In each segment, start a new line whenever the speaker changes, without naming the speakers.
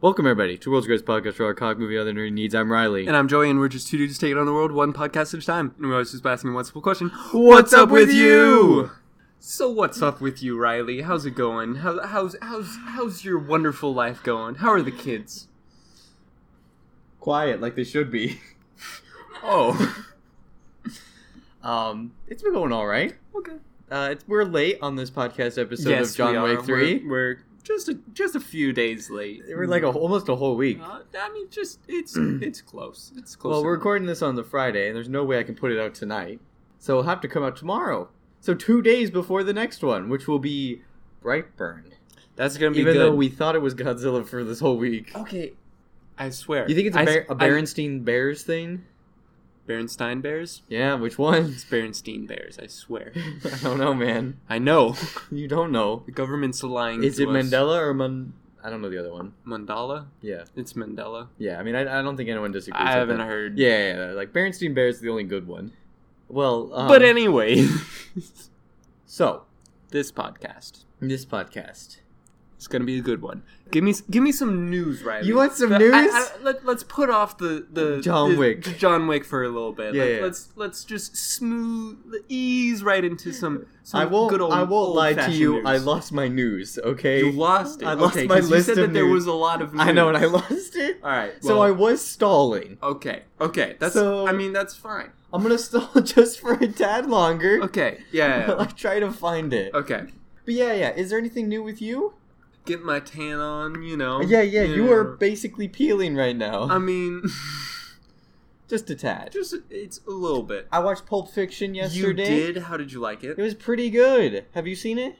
Welcome, everybody, to World's Greatest Podcast for our cock movie other nerd needs. I'm Riley.
And I'm Joey, and we're just two dudes taking on the world one podcast at a time. And we're always just asking one simple question
What's up with you?
So, what's up with you, Riley? How's it going? How, how's, how's, how's your wonderful life going? How are the kids?
quiet like they should be. oh. um, it's been going all right.
Okay.
Uh, it's, we're late on this podcast episode
yes,
of John
we are.
Wick 3.
We're, we're just, a, just a few days late.
We're, like a, almost a whole week.
Uh, I mean, just it's it's close. It's close.
well, we're
enough.
recording this on the Friday, and there's no way I can put it out tonight. So it'll have to come out tomorrow. So two days before the next one, which will be Brightburn.
That's gonna be
Even
good.
though we thought it was Godzilla for this whole week.
okay, I swear.
You think it's a,
I-
Ber- a
I-
Berenstein Bears thing?
Berenstein Bears?
Yeah, which one?
It's Berenstein Bears. I swear.
I don't know, man.
I know.
You don't know.
The government's lying.
Is
to
it
us.
Mandela or Mun? I don't know the other one.
Mandala?
Yeah,
It's Mandela.
yeah. I mean, I, I don't think anyone disagrees.
I
with
haven't
that.
heard.
Yeah, yeah, yeah. Like Berenstein Bears is the only good one. Well, um,
but anyway,
so
this podcast
this podcast.
is gonna be a good one. Give me give me some news, Riley.
You want some
I- I-
news?
I- let, us put off the the
John
the-
Wick.
the John Wick for a little bit.
Yeah,
let,
yeah.
Let's let's just smooth ease right into some. some
I won't.
Good old,
I won't lie to
old-fashioned
you. I
news.
lost my news. Okay.
You lost it.
I lost
okay,
my
'cause you
list
said
of
that there
news.
was a lot of. News.
I know, and I lost it.
All right.
So
well,
I was stalling.
Okay. Okay. That's.
So-
I mean, that's fine.
I'm gonna stall just for a tad longer.
Okay. Yeah.
While I
yeah,
try to find it.
yeah. okay.
But yeah, yeah. Is there anything new with you?
Get my tan on. You know.
Yeah, yeah. You are
know.
basically peeling right now.
I mean,
just a tad.
just it's a little bit.
I watched Pulp Fiction yesterday.
You did. How did you like
It
it?
was pretty good. Have you seen it?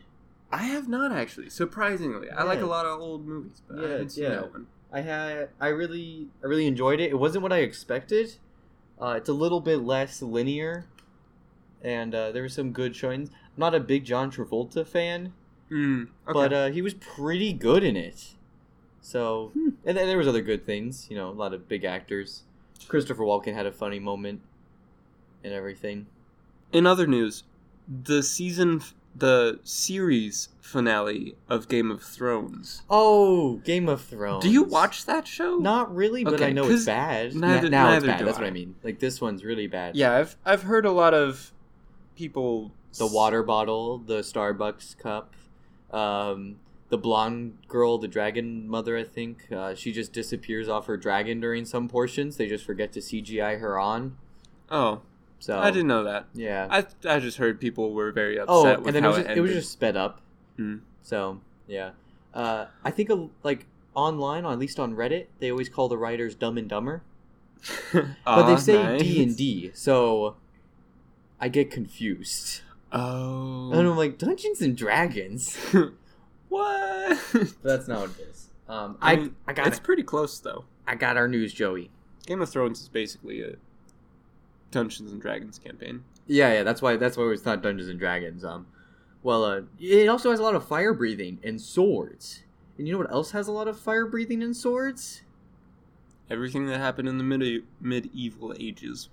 I have not actually. Surprisingly, I like
Yeah.
a lot of old movies, but
Yeah,
I haven't seen
yeah.
that one.
I had. I really, I really enjoyed it. It wasn't what I expected. Uh, it's a little bit less linear, and uh, there were some good showings. I'm not a big John Travolta fan,
Mm, okay.
but uh, he was pretty good in it. So,
Hmm.
and then there was other good things. You know, a lot of big actors. Christopher Walken had a funny moment, and everything.
in other news, the season, f- the series finale of Game of Thrones.
Oh, Game of Thrones.
Do you watch that show?
Not really, but I
Okay,
know it's
'cause
bad. N-
neither-
now it's
neither
bad.
do
That's what
I.
I mean. Like this one's really bad.
Yeah, I've I've heard a lot of people
The water bottle, the Starbucks cup, um, the blonde girl, the dragon mother. I think uh, she just disappears off her dragon during some portions. They just forget to CGI her on.
Oh,
So
I didn't know that.
Yeah.
I I just heard people were very upset
oh,
with
and then it
how
was, just, it was
ended.
just sped up.
Hmm.
So yeah, uh, I think a, like online, or at least on Reddit, they always call the writers dumb and dumber. but
Aw,
they say
nice.
D and D, so I get confused.
Oh,
And I'm like Dungeons and Dragons.
what?
But that's not what it is. Um,
I
I
mean,
I got
it's
it.
pretty close though.
I got our news, Joey.
Game of Thrones is basically a Dungeons and Dragons campaign.
Yeah, yeah. That's why that's why it's not Dungeons and Dragons. Um, well, uh, it also has a lot of fire breathing and swords. And you know what else has a lot of fire breathing and swords?
Everything that happened in the midi- medieval ages.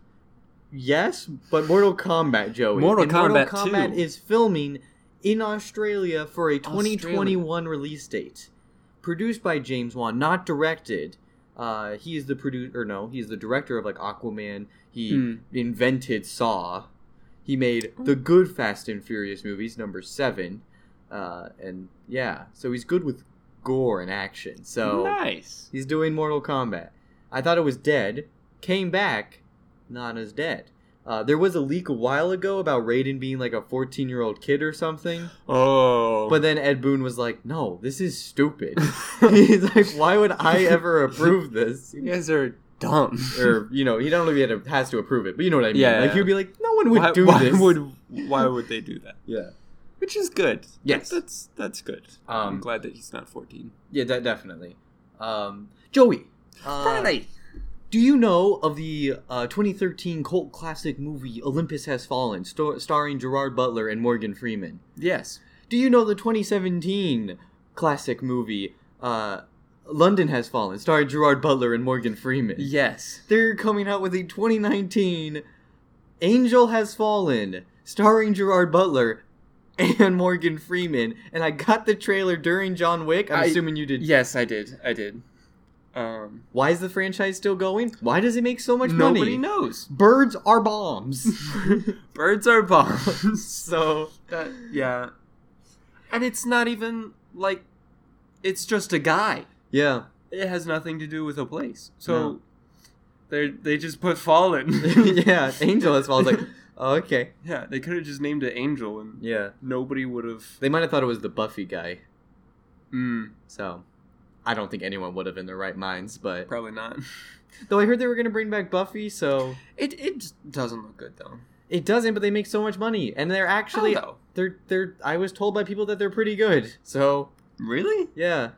Yes, but Mortal Kombat, Joey.
Mortal
and
Kombat
Mortal Kombat
2.
is filming in Australia for a 2021 release date. Produced by James Wan, not directed. Uh, he is the producer. Or no, he's the director of like Aquaman. He
Hmm.
invented Saw. He made
Oh.
the good Fast and Furious movies, number seven. Uh, and yeah, so he's good with gore and action. So
nice.
He's doing Mortal Kombat. I thought it was dead. Came back, not as dead. Uh, there was a leak a while ago about Raiden being like a 14 year old kid or something.
Oh,
But then Ed Boon was like, no, this is stupid. He's like, why would I ever approve this?
you guys are dumb.
Or, you know, he don't know if he had to, has to approve it, but you know what I mean.
Yeah.
Like, he'd be like, no one would
why,
do
why
this.
would why would they do that?
Yeah.
Which is good.
Yes.
that's that's good.
Um,
I'm glad that he's not fourteen.
Yeah, de- definitely. Um, Joey. uh, Do you know of the uh, 2013 cult classic movie Olympus Has Fallen, sto- starring Gerard Butler and Morgan Freeman?
Yes.
Do you know the 2017 classic movie uh, London Has Fallen, starring Gerard Butler and Morgan Freeman?
Yes.
They're coming out with a 2019 Angel Has Fallen, starring Gerard Butler and Morgan Freeman. And I got the trailer during John Wick. I'm
I-
assuming you did.
Yes, I did. I did. Um,
Why is the franchise still going? Why does it make so much money?
nobody knows.
Birds are bombs.
Birds are bombs.
so
That- yeah. And it's not even like it's just a guy.
yeah.
It has nothing to do with a place.
No.
So they they just put Fallen.
yeah, Angel. That's why I was like, oh, okay.
yeah, they could have just named it Angel and
Yeah,
nobody would have
they might have thought it was the Buffy guy.
mm,
So, I don't think anyone would have in their right minds. But
probably not.
though I heard they were gonna bring back Buffy, so
It it just doesn't look good though.
it doesn't. But they make so much money, and they're actually
How, though?
they're they're. I was told by people that they're pretty good. So
Really?
yeah,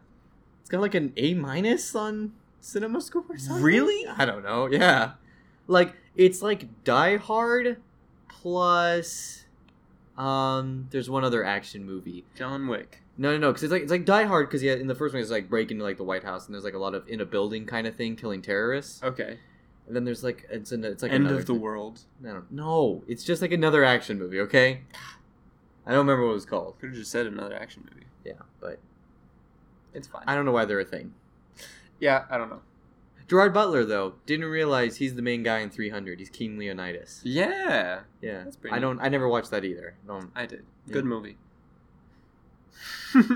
it's got like an A minus on Cinema Score. Or something.
Really?
I don't know. Yeah, like it's like Die Hard plus. Um, there's one other action movie.
John Wick.
No, no, no, because it's like it's like Die Hard. Because yeah, in the first one, it's like break into like the White House, and there's like a lot of in a building kind of thing, killing terrorists.
Okay.
And then there's like it's an it's like
Oh. End
another
of the
thing.
world.
I don't- No, it's just like another action movie. Okay, I don't remember what it was called.
Could have just said another action movie.
Yeah, but
It's fine.
I don't know why they're a thing.
yeah, I don't know.
Gerard Butler though didn't realize he's the main guy in 300. He's King Leonidas.
Yeah,
Yeah,
That's pretty
I don't. I never watched that either. Um, No,
I did.
Yeah.
Good movie.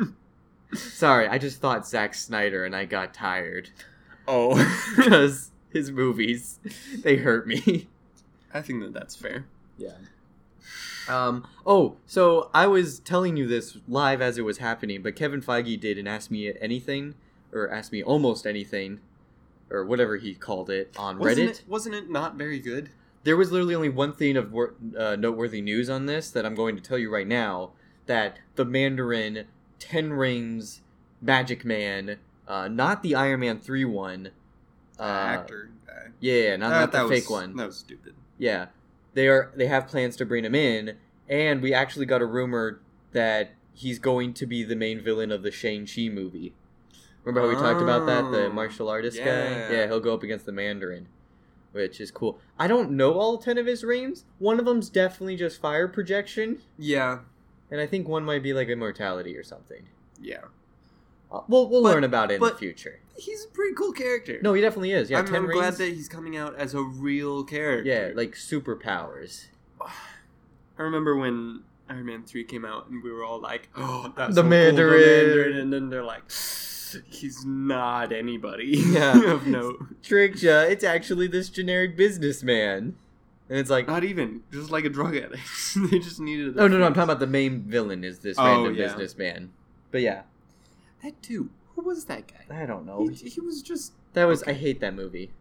sorry, I just thought Zack Snyder, and I got tired
oh,
because his movies they hurt me.
I think that that's fair.
Yeah. Um, oh, so I was telling you this live as it was happening, but Kevin Feige didn't ask me anything, or asked me almost anything, or whatever he called it on
Wasn't
Reddit.
it, wasn't it not very good?
There was literally only one thing of wor- uh, noteworthy news on this that I'm going to tell you right now that the Mandarin, Ten Rings, Magic Man, uh, not the Iron Man 3 one. Uh,
guy.
Yeah, yeah, not, not the fake one.
That was stupid.
Yeah, they are. They have plans to bring him in, and we actually got a rumor that he's going to be the main villain of the Shang Chi movie. Remember how we talked about that? The
Oh,
martial artist
yeah.
guy. Yeah, he'll go up against the Mandarin, which is cool. I don't know all ten of his rings. One of them's definitely just fire projection,
Yeah,
and I think one might be like immortality or something.
yeah.
Uh, We'll we'll
But-
learn about it in the
but-
future.
He's a pretty cool character.
No, he definitely is. Yeah,
I'm,
10
I'm
rings.
glad that he's coming out as a real character.
yeah, like superpowers.
I remember when Iron Man three came out, and we were all like, "Oh, that's
The
so cool,
Mandarin."
and then they're like, "He's not anybody."
Yeah.
of note.
tricked ya. It's actually this generic businessman. And it's like,
Not even just like a drug addict. they just needed.
oh no, no, I'm talking about the main villain is this
Oh,
random
yeah.
businessman. But yeah,
that too. Who was that guy?
I don't know.
He, he was just.
That was I hate that movie.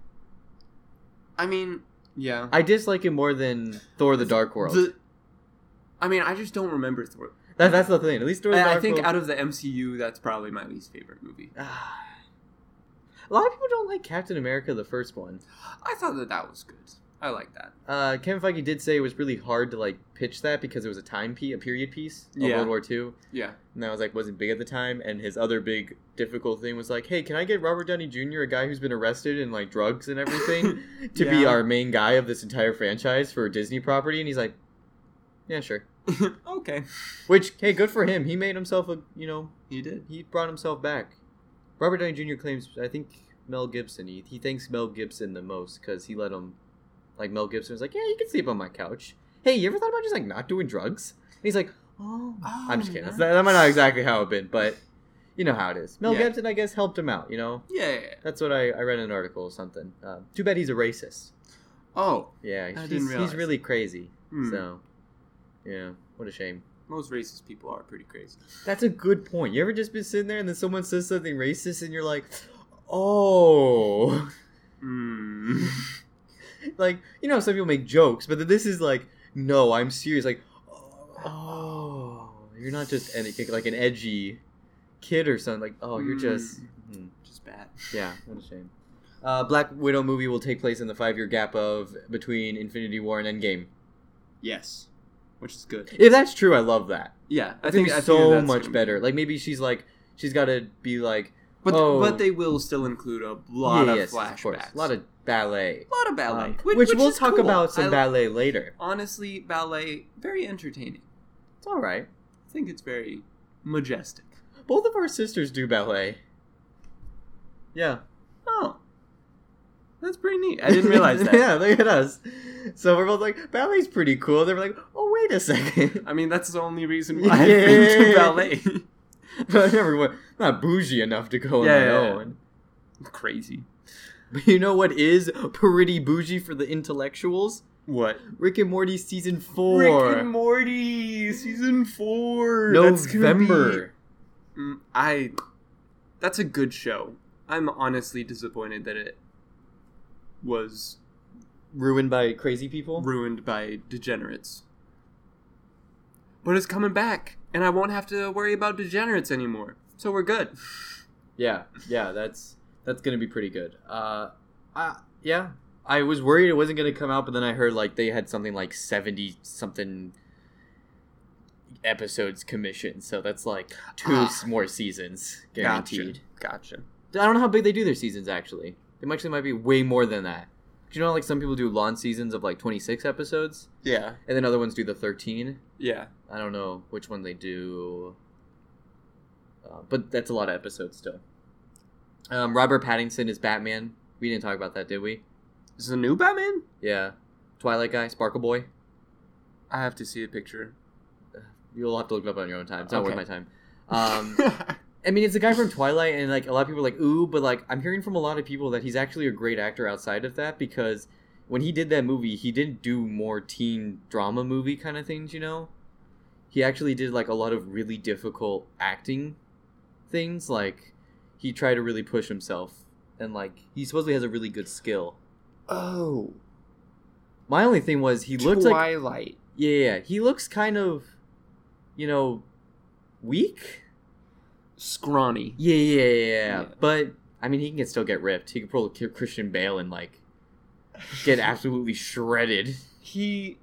I mean, yeah.
I dislike it more than Thor: The Dark World.
The- I mean, I just don't remember Thor.
that, that's the thing. At least Thor: The
I,
Dark
I think
World.
out of the MCU, that's probably my least favorite movie.
Ah. a lot of people don't like Captain America: The First One.
I thought that that was good. I like that.
Uh, Kevin Feige did say it was really hard to like pitch that because it was a time piece, a period piece of
Yeah.
World War II.
Yeah.
and that was like wasn't big at the time. And his other big difficult thing was like, hey, can I get Robert Downey Jr., a guy who's been arrested and like drugs and everything, to be
Yeah.
our main guy of this entire franchise for a Disney property? And he's like, yeah, sure.
okay.
Which hey, good for him. He made himself a you know
He did.
he brought himself back. Robert Downey Jr. claims I think Mel Gibson. He he thanks Mel Gibson the most because he let him like Mel Gibson was like, yeah, you can sleep on my couch. Hey, you ever thought about just like not doing drugs? And he's like, oh. I'm just kidding. That's, that might not exactly how it been, but you know how it is. Mel
Yeah.
Gibson, I guess, helped him out. You know,
Yeah. yeah, yeah.
that's what I, I read in an article or something. Um, too bad he's a racist.
Oh.
Yeah, he's,
didn't
he's
realize.
really crazy.
hmm.
So, yeah, what a shame.
Most racist people are pretty crazy.
That's a good point. You ever just been sitting there and then someone says something racist and you're like, oh,
Mm.
like you know, some people make jokes, but then this is like, no, I'm serious. Like, oh, you're not just any like an edgy kid or something. Like, oh, you're
Hmm.
just. mm.
Just bad.
Yeah, what a shame. Uh, Black Widow movie will take place in the five year gap of between Infinity War and Endgame.
Yes. Which is good.
If that's true, I love that.
Yeah.
I think
I
so
that's
much
gonna be-
better. Like maybe she's like she's got to be like
But
Oh.
but they will still include a lot
yeah,
of
yes, of course,
flashbacks.
a lot of ballet,
lot of ballet.
Um,
which,
which, we'll
is
talk
cool.
about some
I-
ballet later.
Honestly, ballet very entertaining.
It's all right.
I think it's very majestic.
Both of our sisters do ballet. Yeah.
Oh. That's pretty neat. I didn't realize that.
yeah, look at us. So we're both like, ballet's pretty cool. They were like, oh, wait a second.
I mean, that's the only reason why I've been to
Yeah.
ballet.
but I never went, not bougie enough to go on
Yeah,
my
yeah, yeah.
own.
Crazy.
But you know what is pretty bougie for the intellectuals?
What?
Rick and Morty season four.
Rick and Morty season four. That's gonna be-
November.
Mm, I. That's a good show. I'm honestly disappointed that it was
Ruined by crazy people.
ruined by degenerates. But it's coming back, and I won't have to worry about degenerates anymore. So we're good.
Yeah, yeah, that's that's gonna be pretty good. Uh, I, yeah, I was worried it wasn't gonna come out, but then I heard like they had something like seventy something episodes commissioned, so that's like two
Ah.
s- more seasons guaranteed.
Gotcha. gotcha.
I don't know how big they do their seasons actually. They actually might be way more than that. Do you know how, like some people do long seasons of like twenty six episodes,
Yeah.
and then other ones do the thirteen.
Yeah.
I don't know which one they do, uh, but that's a lot of episodes still. Um, Robert Pattinson is Batman. We didn't talk about that, did we?
Is the new Batman?
Yeah, Twilight guy, Sparkle Boy.
I have to see a picture.
You'll have to look it up on your own time. It's not worth my
Okay.
time. Um, I mean, it's a guy from Twilight, and like a lot of people are like, ooh, but like I'm hearing from a lot of people that he's actually a great actor outside of that because when he did that movie, he didn't do more teen drama movie kind of things, you know. He actually did like a lot of really difficult acting things. Like he tried to really push himself, and like he supposedly has a really good skill.
oh.
My only thing was he looked like
Twilight.
yeah, yeah, yeah. he looks kind of, you know, weak.
Scrawny.
Yeah, yeah, yeah, yeah.
Yeah.
But I mean, he can still get ripped. He could pull a Ki- Christian Bale and like get absolutely shredded.
He.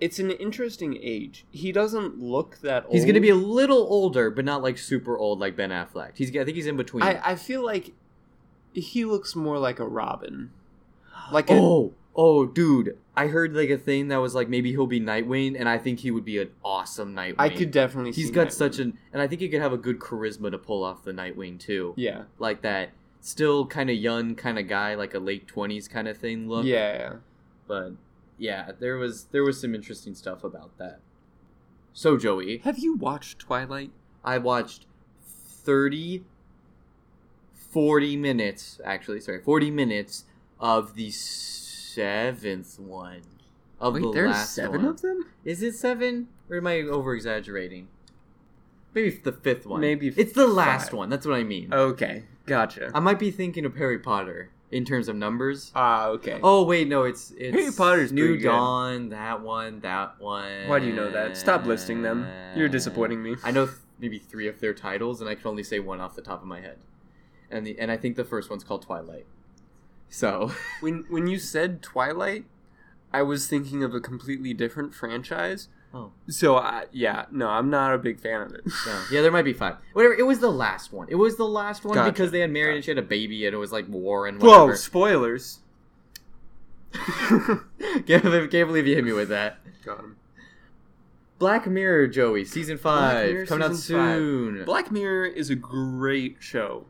It's an interesting age. He doesn't look that old.
He's gonna be a little older, but not like super old like Ben Affleck. He's I think he's in between.
I, I feel like he looks more like a Robin. Like a.
oh, oh, dude! I heard like a thing that was like maybe he'll be Nightwing, and I think he would be an awesome Nightwing.
I could definitely
He's
see
got
Nightwing.
such an, and I think he could have a good charisma to pull off the Nightwing too.
Yeah.
Like that, still kind of young kind of guy, like a late twenties kind of thing look.
Yeah.
but yeah, there was there was some interesting stuff about that. So Joey,
Have you watched Twilight?
I watched 30 40 minutes actually, sorry, 40 minutes of the seventh one.
Oh,
Of the last one.
them?
Is it 7 or am I over exaggerating? Maybe it's the fifth one.
Maybe
it's the last
five. Oh.
one. That's what I mean.
Okay. Gotcha.
I might be thinking of Harry Potter in terms of numbers.
Ah, okay.
Oh wait, no, it's it's
Harry Potter's
New
pretty good.
Dawn, that one, that one.
Why do you know that? Stop listing them. You're disappointing me.
I know th- maybe three of their titles, and I can only say one off the top of my head. And the and I think the first one's called Twilight. So
When when you said Twilight, I was thinking of a completely different franchise.
Oh.
So I, yeah, no, I'm not a big fan of it.
no. yeah, there might be five. Whatever. It was the last one. It was the last one
Gotcha.
because they had married and she had a baby, and it was like war and
Whoa,
whatever.
spoilers.
can't, believe, can't believe you hit me with that.
Got him.
Black Mirror, Joey, season five
Mirror
coming out
season five.
soon.
Black Mirror is a great show.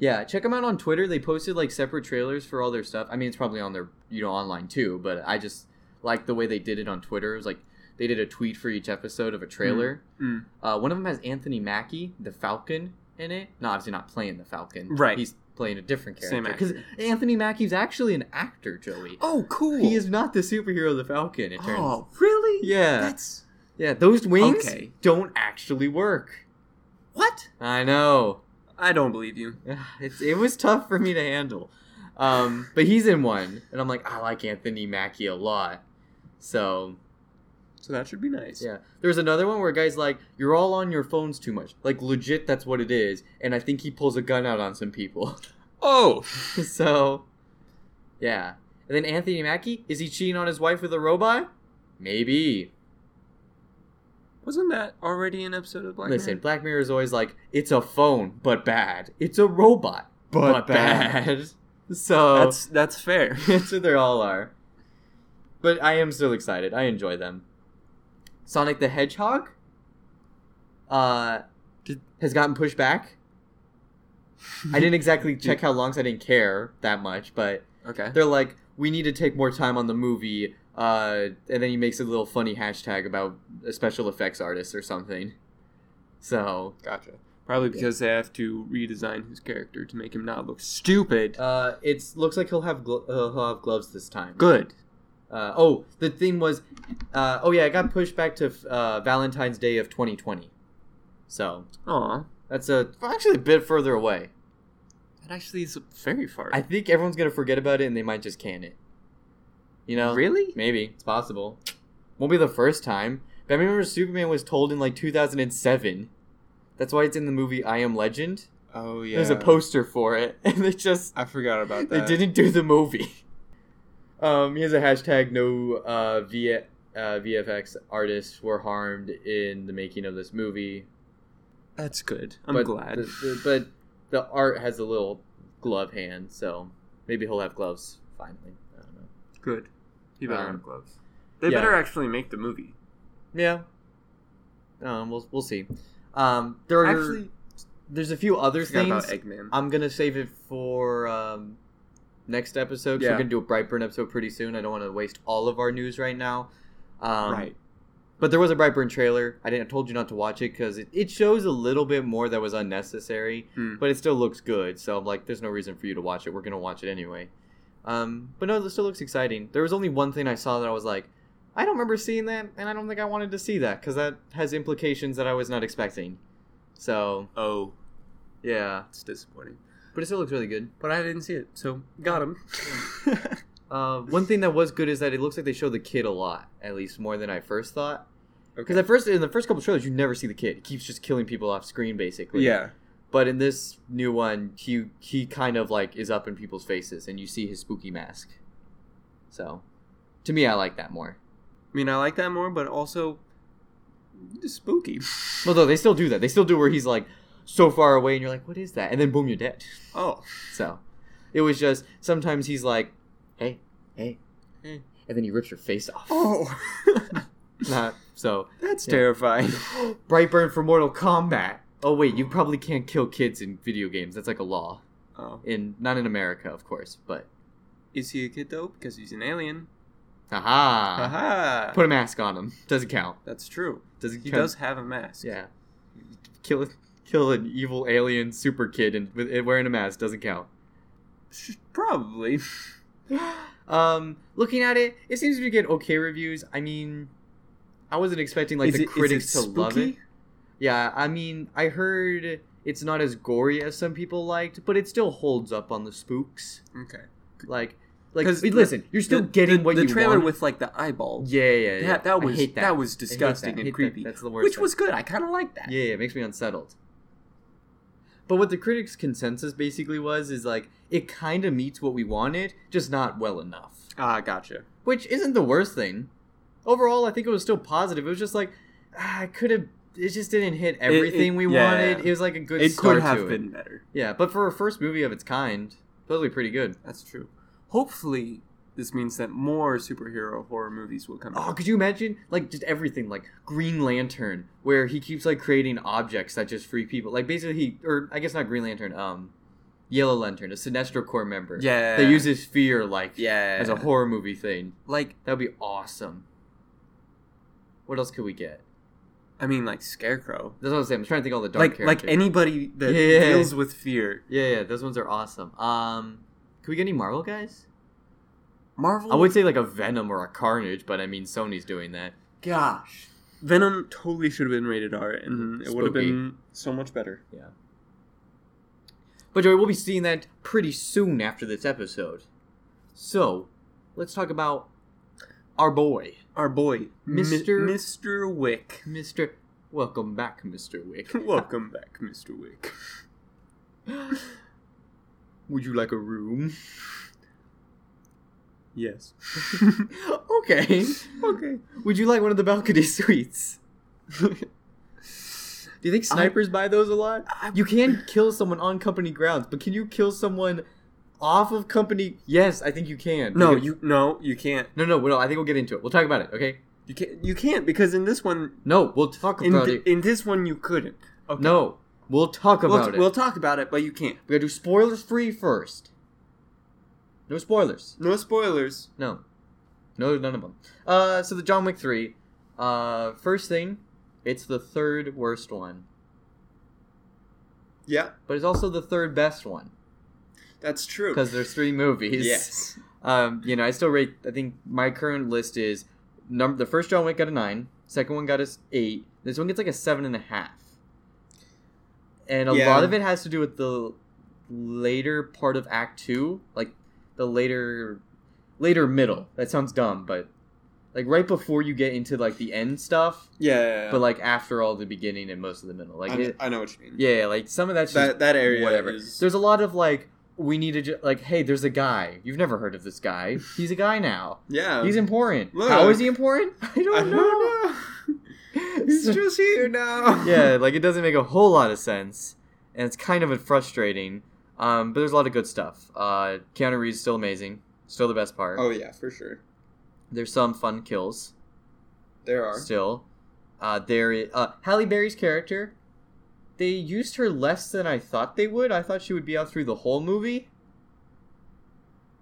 Yeah, check them out on Twitter. They posted like separate trailers for all their stuff. I mean, it's probably on their you know online too, but I just like the way they did it on Twitter. It was like they did a tweet for each episode of a trailer.
Mm.
Uh, one of them has Anthony Mackie, the Falcon, in it. No, obviously not playing the Falcon.
Right.
he's playing a different
Same
character because Anthony Mackie's actually an actor, Joey.
Oh, cool.
He is not the superhero, the Falcon. It turns.
Oh, really?
Yeah,
That's
yeah. Those wings
Okay.
don't actually work.
what?
I know.
I don't believe you.
It's, it was tough for me to handle. Um, but he's in one, and I'm like, "Oh, I like Anthony Mackie a lot. So
So that should be nice.
yeah, there's another one where a guys like, you're all on your phones too much. Like legit, that's what it is. And I think he pulls a gun out on some people.
Oh,
so yeah, and then Anthony Mackie is he cheating on his wife with a robot? Maybe.
wasn't that already an episode of Black
Listen,
Mirror?
Black Mirror is always like, it's a phone, but bad. It's a robot, but, bad. So
That's that's fair.
That's what they all are. But I am still excited. I enjoy them. Sonic the Hedgehog uh,
Did-
has gotten pushed back. I didn't exactly check how long, 'cause I didn't care that much. But
Okay.
they're like, we need to take more time on the movie. Uh, and then he makes a little funny hashtag about a special effects artist or something. So
Gotcha. Probably because they have to redesign his character to make him not look stupid.
uh, it looks like he'll have glo- uh, he'll have gloves this time.
Good.
Uh, oh, the thing was, uh, oh yeah, it got pushed back to uh, Valentine's Day of 2020. So
Aw.
that's a actually a bit further away.
That actually is very far.
I think everyone's gonna forget about it and they might just can it. You know,
really?
maybe it's possible. Won't be the first time. But I remember Superman was told in like 2007. That's why it's in the movie I Am Legend.
Oh yeah.
There's a poster for it, and they just
I forgot about
they didn't do the movie. Um, he has a hashtag no uh, v- uh, VFX artists were harmed in the making of this movie.
That's good. I'm
but
glad.
The, the- but the art has a little glove hand, so maybe he'll have gloves finally. I don't know.
good. He better
Um,
have gloves. They
yeah.
better actually make the movie.
Yeah. Um, we'll we'll see. Um, there are
Actually,
there's a few other
I forgot about
things.
Eggman.
I'm gonna save it for um, next episode. 'cause
Yeah.
We're gonna do a Brightburn episode pretty soon. I don't want to waste all of our news right now. Um,
right.
But there was a Brightburn trailer. I didn't I told you not to watch it because it, it shows a little bit more that was unnecessary,
Hmm.
but it still looks good. So I'm like, there's no reason for you to watch it. We're gonna watch it anyway. Um, but no, it still looks exciting. There was only one thing I saw that I was like, I don't remember seeing that, and I don't think I wanted to see that because that has implications that I was not expecting. So
Oh,
yeah,
it's disappointing.
but it still looks really good.
But I didn't see it, so got him.
Uh, one thing that was good is that it looks like they show the kid a lot, at least more than I first thought. Because
okay.
at first, in the first couple trailers, you never see the kid. He keeps just killing people off screen, basically.
Yeah.
But in this new one, he he kind of like is up in people's faces, and you see his spooky mask. So, to me, I like that more.
I mean, I like that more, but also it's spooky.
Although they still do that, they still do where he's like so far away, and you're like, "What is that?" And then boom, you're dead.
Oh,
So, it was just sometimes he's like, "Hey, hey,
Hey.
and then he rips your face off.
oh,
Not so.
that's
Yeah.
terrifying.
Brightburn for Mortal Kombat. Oh wait, you probably can't kill kids in video games. That's like a law
Oh,
in not in America, of course, but
is he a kid though? Because he's an alien.
haha.
Aha!
Ah. Put a mask on him. Doesn't count.
That's true.
Doesn't
He
count.
does have a mask.
Yeah. Kill kill an evil alien super kid and with it wearing a mask doesn't count.
Sh- probably.
Um, looking at it, it seems to get okay reviews. I mean, I wasn't expecting like
Is
the
it- is
critics
it
to love it.
spooky?
Yeah, I mean, I heard it's not as gory as some people liked, but it still holds up on the spooks.
Okay.
Like, like
'Cause
wait, listen, you're still getting
the,
what
the
you
trailer
want.
with like the eyeball.
yeah, yeah, yeah.
That, that
I
was
hate
that.
I
was
hate
disgusting
that. I
and
hate
creepy.
That. That's the worst.
Which
thing.
was good. I kind of like that.
yeah, yeah, it makes me unsettled. But what the critics' consensus basically was is like it kind of meets what we wanted, just not well enough.
Ah, gotcha.
which isn't the worst thing. Overall, I think it was still positive. It was just like ah, I could have. It just didn't hit everything we
yeah.
wanted. It was like a good.
it
start
could have
to it.
been better.
Yeah, but for a first movie of its kind, totally pretty good.
That's true. Hopefully, this means that more superhero horror movies will come
Oh,
out.
could you imagine like just everything like Green Lantern, where he keeps like creating objects that just free people. Like basically, he or I guess not Green Lantern, um, Yellow Lantern, a Sinestro Corps member.
Yeah.
that uses fear like
yeah.
as a horror movie thing.
like,
That would be awesome. What else could we get?
I mean, like Scarecrow.
That's what I'm saying. I'm trying to think of all the dark
Like,
characters.
like anybody that
Yeah.
deals with fear.
yeah, yeah, those ones are awesome. Um, could we get any Marvel guys?
Marvel.
I would say like a Venom or a Carnage, but I mean Sony's doing that.
Gosh. Venom totally should have been rated R, and it would have
Spooky.
been so much better.
But Joey, we'll be seeing that pretty soon after this episode. So, let's talk about our boy,
Our boy, Mi-
Mr.
Mr. Wick.
Mister. Welcome back, Mister Wick.
Welcome back, Mr. Wick.
Would you like a room?
Yes.
okay.
okay.
Would you like one of the balcony suites? Do you think snipers buy those a lot?
I-
You can kill someone on company grounds, but can you kill someone off of company? Yes, I think you can.
No,
Because-
you no, you can't.
No, no, no. I think we'll get into it. We'll talk about it. Okay.
You can't. You can't because in this one,
No, we'll talk
in,
about
th-
it.
in this one, you couldn't. Okay.
No, We'll talk
We'll-
about it.
We'll talk about it, but you can't.
we gotta do spoilers free first. No spoilers.
No spoilers.
No. No, none of them. Uh, so the John Wick 3. Uh, first thing, it's the third worst one.
Yeah,
But it's also the third best one.
that's true.
Because there's three movies.
yes,
Um, you know, I still rate, I think my current list is number the first John Wick got a 9, second one got a s- 8, this one gets like a 7.5. And, a
Yeah.
lot of it has to do with the later part of Act 2, like the later later middle. That sounds dumb, but like right before you get into like the end stuff,
yeah, yeah, yeah.
but like after all the beginning and most of the middle. Like
I,
it,
I know what you mean.
yeah, like some of that's just
that that area,
whatever.
is-
There's a lot of like we need to ju- like hey, there's a guy. You've never heard of this guy. He's a guy now.
yeah,
He's important.
Um, Look.
How is he important? I don't,
I don't
know.
know. He's just here now.
yeah, like it doesn't make a whole lot of sense, and it's kind of frustrating. Um, but there's a lot of good stuff. Uh, Keanu Reeves still amazing, still the best part.
Oh yeah, for sure.
There's some fun kills
There are.
still. Uh, there is uh, Halle Berry's character. They used her less than I thought they would. I thought she would be out through the whole movie.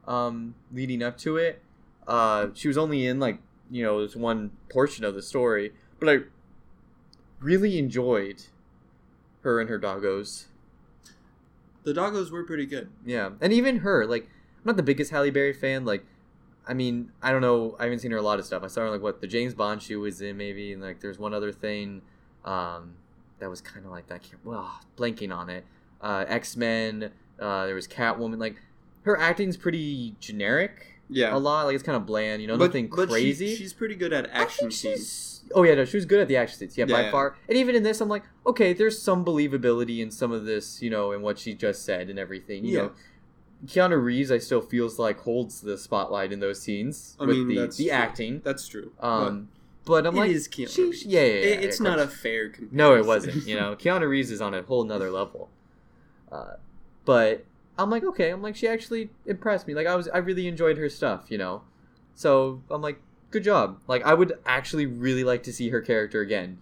Um, leading up to it, uh, she was only in like you know this one portion of the story, but I really enjoyed her and her doggos.
The doggos were pretty good.
Yeah, and even her like I'm not the biggest Halle Berry fan. Like, I mean, I don't know. I haven't seen her in a lot of stuff. I saw her in, like what the James Bond she was in maybe, and like there's one other thing um, that was kind of like that. I can't well blanking on it. Uh, X Men. Uh, there was Catwoman. Like her acting's pretty generic. A
Yeah.
lot like it's kind of bland. You know, nothing
but she-
crazy.
she's pretty good at
I
action
think
scenes.
she's- Oh yeah, no, she was good at the action scenes. Yeah, by
Yeah.
far. And even in this, I'm like, okay, there's some believability in some of this, you know, in what she just said and everything. You
Yeah.
know, Keanu Reeves, I still feels like holds the spotlight in those scenes
I
with
mean,
the
that's
the
true.
acting.
That's true.
Um, but,
but
I'm like,
it is Keanu
she-
Reeves.
yeah, yeah, yeah,
It-
yeah,
it's
of
not a
course.
fair comparison.
no, it wasn't. You know, Keanu Reeves is on a whole nother level. Uh, but I'm like, okay, I'm like, she actually impressed me. Like, I was, I really enjoyed her stuff. You know, so I'm like, good job. Like, I would actually really like to see her character again.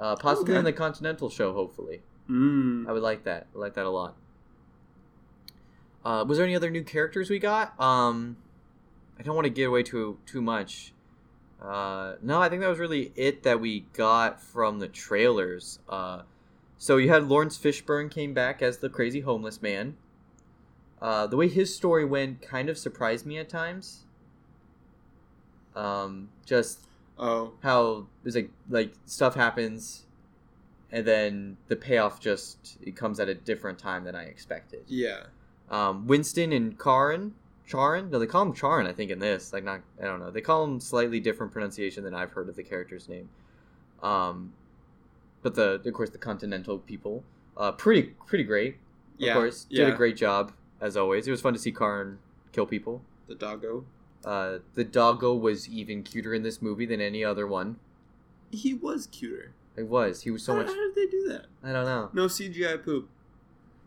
Uh, possibly
Okay.
in the Continental show, hopefully.
Mm.
I would like that. I like that a lot. Uh, was there any other new characters we got? Um, I don't want to give away too too much. Uh, no, I think that was really it that we got from the trailers. Uh, so you had Lawrence Fishburne came back as the crazy homeless man. Uh, the way his story went kind of surprised me at times. Um, just
Oh,
how there's like like stuff happens and then the payoff just it comes at a different time than I expected.
yeah.
Um, Winston and Karin Charin? No, they call him Charin, I think, in this. Like not I don't know. They call him slightly different pronunciation than I've heard of the character's name. Um but the of course the continental people. Uh pretty pretty great, of
Yeah.
course. Did
Yeah.
a great job, as always. It was fun to see Karin kill people.
The doggo.
Uh, the doggo was even cuter in this movie than any other one.
He was cuter.
It was. He was so
how,
much.
How did they do that?
I don't know.
No CGI poop.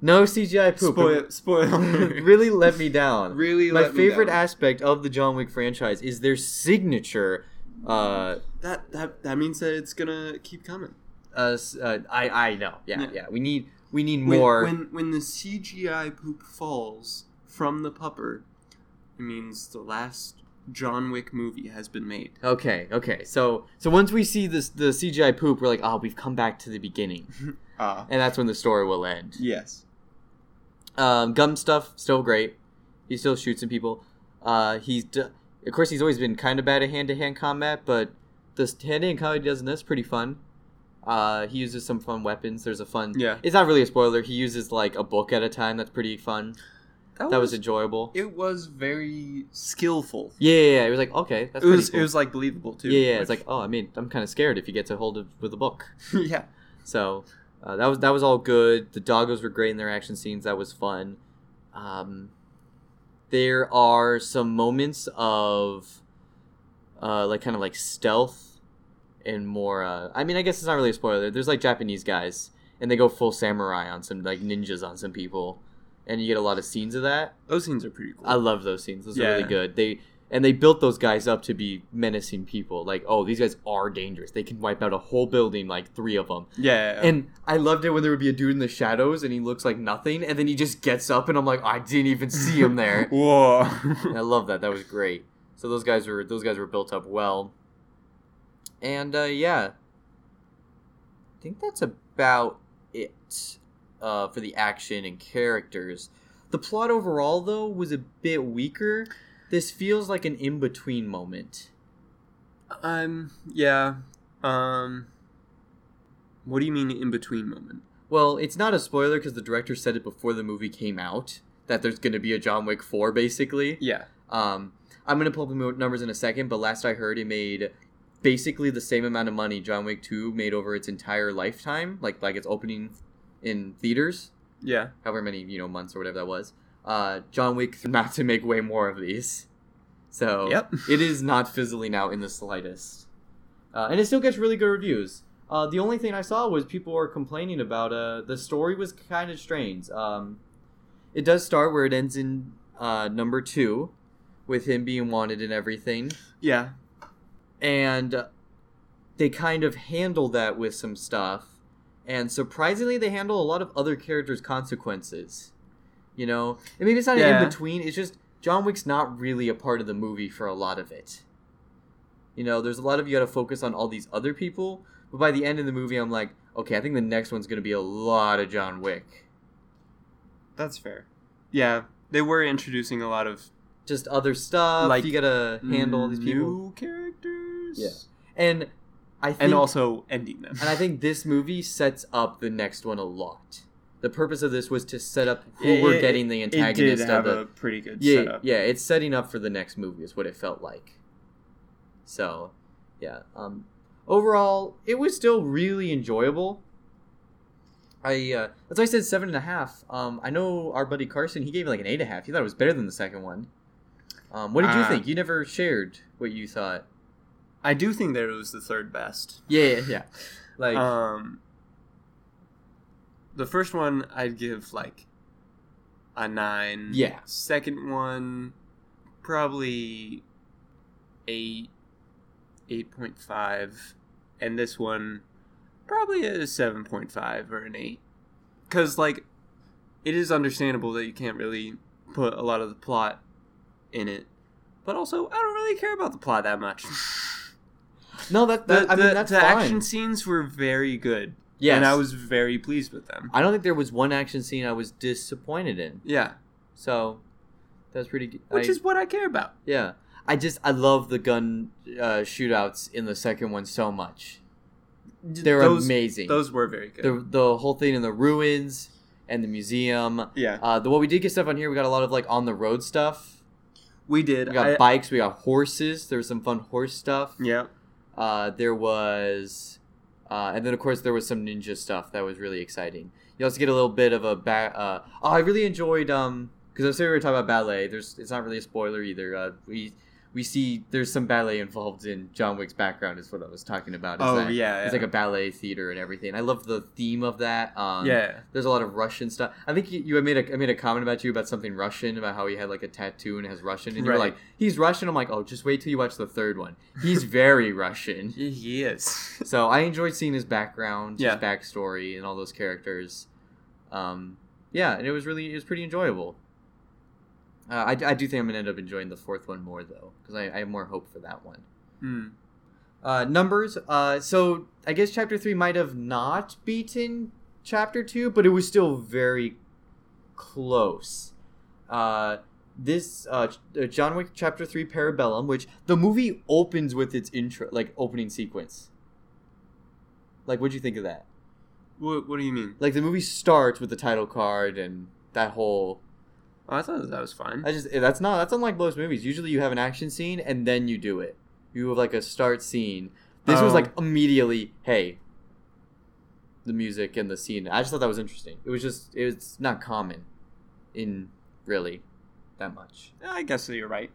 No CGI poop.
Spoil.
It
Spoil.
really let me down.
really.
My
let me
favorite
down.
aspect of the John Wick franchise is their signature. Uh,
That that that means that it's gonna keep coming.
uh, s- uh, I I know. Yeah, yeah,
Yeah.
We need we need
When-
more.
When, when the CGI poop falls from the pupper, it means the last John Wick movie has been made.
Okay, okay. So so once we see this the CGI poop, we're like, oh, we've come back to the beginning,
Ah,
and that's when the story will end.
yes.
Um, gum stuff still great. He still shoots some people. Uh, he's d- of course he's always been kind of bad at hand to hand combat, but this hand to hand combat he does in this is pretty fun. Uh, he uses some fun weapons. There's a fun.
Yeah.
It's not really a spoiler. He uses like a book at a time. That's pretty fun.
Oh,
That, was, enjoyable.
it was very skillful.
yeah, yeah, yeah. It was like okay. That's
it was
pretty cool.
it was like believable too.
yeah, yeah. It's like oh, I mean, I'm kind of scared if you get to hold it with a book.
yeah.
So uh, that was that was all good. The doggos were great in their action scenes. That was fun. Um, there are some moments of uh, like kind of like stealth and more. Uh, I mean, I guess it's not really a spoiler. There's like Japanese guys and they go full samurai on some like ninjas on some people, and you get a lot of scenes of that.
Those scenes are pretty cool.
I love those scenes. Those are
Yeah.
really good. They and they built those guys up to be menacing people. Like, oh, these guys are dangerous. They can wipe out a whole building, like three of them.
Yeah.
And I loved it when there would be a dude in the shadows and he looks like nothing, and then he just gets up, and I'm like, I didn't even see him there.
whoa.
And I love that. That was great. So those guys were those guys were built up well. And uh, yeah, I think that's about it uh, for the action and characters. The plot overall, though, was a bit weaker. This feels like an in between moment.
um. Yeah. Um. What do you mean in between moment?
Well, it's not a spoiler because the director said it before the movie came out that there's going to be a John Wick 4, basically.
Yeah.
Um, I'm going to pull up the mo- numbers in a second, but last I heard, it made basically the same amount of money John Wick 2 made over its entire lifetime, like like its opening in theaters,
Yeah.
however many you know months or whatever that was. Uh, John Wick th- not to make way more of these, so
Oh. Yep.
it is not fizzling out in the slightest, uh, and it still gets really good reviews. Uh, the only thing I saw was people were complaining about uh, the story was kind of strange. Um, it does start where it ends in uh, number two, with him being wanted and everything
Yeah.
and they kind of handle that with some stuff and surprisingly they handle a lot of other characters consequences you know and maybe it's not
Yeah.
an in-between it's just john wick's not really a part of the movie for a lot of it you know there's a lot of you gotta focus on all these other people but by the end of the movie i'm like okay i think the next one's gonna be a lot of john wick
That's fair. Yeah. They were introducing a lot of
just other stuff
Like,
you gotta handle all these people
new characters.
Yeah. and i think
mm-hmm. And also ending them.
And I think this movie sets up the next one a lot. The purpose of this was to set up who
It-
we're
it-
getting the
it
antagonist of
did have
the
a pretty good
yeah,
setup.
Yeah, it's setting up for the next movie is what it felt like. So, yeah. Um, overall, it was still really enjoyable. I uh, that's why I said seven and a half. Um, I know our buddy Carson he gave it like an eight and a half. He thought it was better than the second one. Um, what did you
Ah.
think? You never shared what you thought.
I do think that it was the third best.
Yeah, yeah, yeah. Like
Um, the first one I'd give like a nine.
Yeah.
Second one, probably eight, eight point five, and this one probably a seven point five or an eight, because like it is understandable that you can't really put a lot of the plot in it, but also I don't really care about the plot that much.
no, that,
The,
that I mean
the-
that's
the
fine.
action scenes were very good.
Yes.
And I was very pleased with them.
I don't think there was one action scene I was disappointed in.
Yeah.
So that's pretty good.
Which
I-
is what I care about.
yeah. I just I love the gun uh, shootouts in the second one so much. They're
those,
amazing.
Those were very good.
the the whole thing in the ruins and the museum.
yeah.
Uh, the what we did get stuff on here. We got a lot of like on the road stuff.
We did.
We got
I-
bikes. We got horses. There was some fun horse stuff.
yeah.
Uh, there was, uh, and then of course there was some ninja stuff that was really exciting. You also get a little bit of a ba- uh, oh, I really enjoyed um because I said we were talking about ballet. There's it's not really a spoiler either. Uh, we we see there's some ballet involved in John Wick's background is what I was talking about. Is
Oh,
that
yeah.
It's
yeah.
like a ballet theater and everything. I love the theme of that. Um,
yeah.
There's a lot of Russian stuff. I think you, you had made a I made a comment about you about something Russian about how he had like a tattoo and has Russian and you're
Right.
like he's Russian. I'm like oh just wait till you watch the third one. He's very Russian.
Yeah, He is.
So I enjoyed seeing his background,
Yeah.
his backstory, and all those characters. Um, yeah, and it was really it was pretty enjoyable. Uh, I, I do think I'm gonna end up enjoying the fourth one more though, because I, I have more hope for that one.
Hmm.
Uh, numbers. Uh, so I guess chapter three might have not beaten chapter two, but it was still very close. Uh, this uh, Ch- uh, John Wick chapter three Parabellum, which the movie opens with its intro, like opening sequence. Like, what'd you think of that?
What, what do you mean?
Like, the movie starts with the title card and that whole.
Oh, I thought that was fine.
I just eh, that's not that's unlike most movies. Usually, you have an action scene and then you do it. You have like a start scene. This was
Oh.
like immediately. Hey, the music and the scene. I just thought that was interesting. It was just it's not common, in really, that much.
I guess that you're right.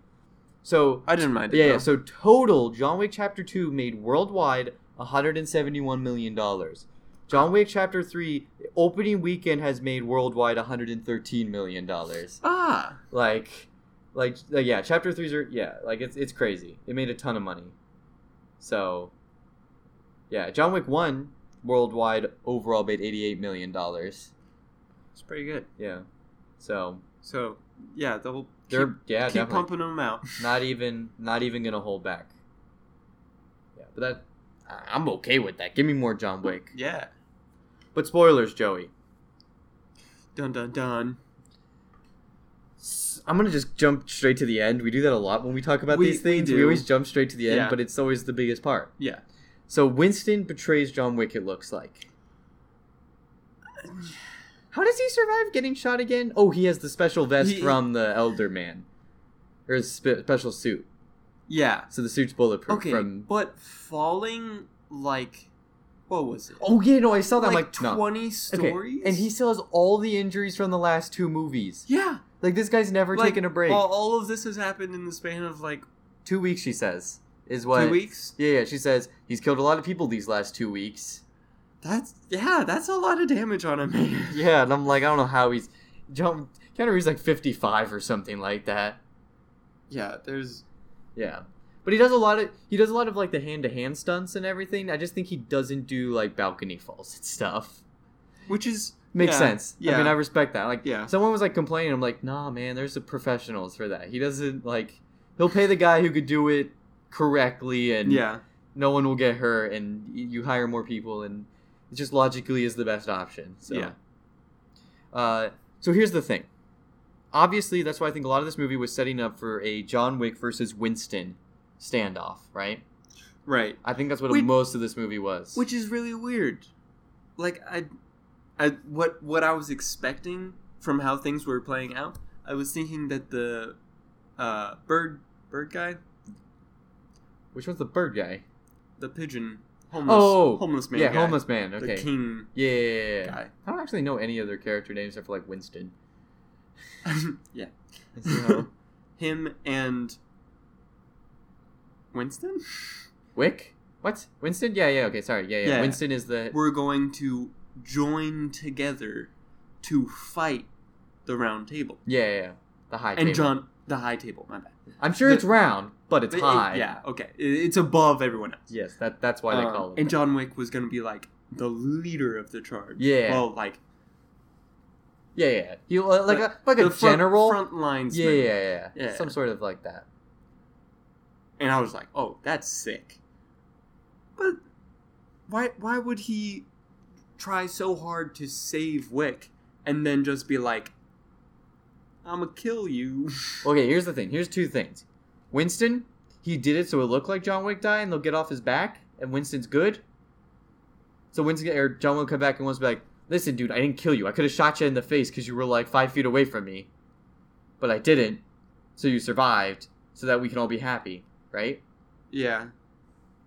So
I didn't mind it.
yeah, yeah,
though.
so total John Wick Chapter 2 made worldwide 171 million dollars. John Wick Chapter 3 opening weekend has made worldwide 113 million dollars.
ah.
Like like, like yeah, chapter threes are yeah, like it's it's crazy. It made a ton of money. So yeah, John Wick one worldwide overall made eighty eight million dollars.
It's pretty good.
Yeah. So
So yeah, the whole
they're
keep,
yeah,
keep
definitely
pumping them out.
not even not even gonna hold back. Yeah, but that I- I'm okay with that. Give me more John Wick.
Yeah.
But spoilers, Joey.
Dun dun dun.
S- I'm gonna just jump straight to the end. We do that a lot when we talk about
We-
these
we
things. We,
do.
always jump straight to the end,
Yeah.
but it's always the biggest part.
Yeah.
So Winston betrays John Wick. It looks like. How does he survive getting shot again? Oh, he has the special vest
He-
from the Elder Man, or his spe- special suit.
Yeah.
So the suit's bulletproof.
Okay.
From
But falling like what was it?
oh yeah, no, I saw that. I'm
like
Like, no.
twenty stories.
and he still has all the injuries from the last two movies.
Yeah.
Like this guy's never
like,
taken a break.
All, all of this has happened in the span of like
two weeks, she says, is what.
two weeks.
Yeah, yeah. She says he's killed a lot of people these last two weeks.
That's yeah, that's a lot of damage on a man.
Yeah, and I'm like, I don't know how he's. John Keanu Reeves like 55 or something like that.
Yeah, there's
Yeah, but he does a lot of he does a lot of like the hand to hand stunts and everything. I just think he doesn't do like balcony falls and stuff.
which is
Makes
yeah,
sense.
Yeah.
I mean, I respect that. Like,
Yeah.
someone was like complaining. I'm like, nah, man. There's the professionals for that. He doesn't like. He'll pay the guy who could do it correctly, and
yeah.
no one will get hurt, and y- you hire more people, and it just logically is the best option. So,
Yeah.
Uh, so here's the thing. Obviously, that's why I think a lot of this movie was setting up for a John Wick versus Winston standoff, right?
Right.
I think that's what
Which-
most of this movie was.
Which is really weird. Like I I what what I was expecting from how things were playing out, I was thinking that the uh bird bird guy,
which one's the bird guy?
the pigeon homeless
Oh,
homeless man
yeah,
guy,
homeless man. Okay.
the king
yeah, yeah, yeah, yeah.
guy.
I don't actually know any other character names except for like Winston.
yeah.
So-
Him and Winston?
Wick? What? Winston? Yeah, yeah. Okay, sorry. Yeah, yeah.
Yeah.
Winston is the
We're going to join together to fight the round table.
yeah, yeah, yeah. the high
and
table.
John the high table, my bad.
I'm sure
the-
it's round, but it's
But it-
high.
yeah, okay. It- It's above everyone else.
Yes, that that's why they
Um,
call it.
And John Wick was going to be like the leader of the charge.
Yeah.
Well, like
yeah, yeah. yeah. He uh, like a like
the
a
front,
general.
front lines.
yeah, yeah, yeah, yeah.
Yeah.
Some sort of like that.
And I was like, "Oh, that's sick." But why why would he try so hard to save Wick and then just be like I'm gonna kill you.
Okay, here's the thing. Here's two things. Winston, he did it so it looked like John Wick died, and they'll get off his back, and Winston's good. So Winston or John will come back and wants to be like, "Listen, dude, I didn't kill you. I could have shot you in the face because you were like five feet away from me, but I didn't. So you survived, so that we can all be happy, right?"
Yeah.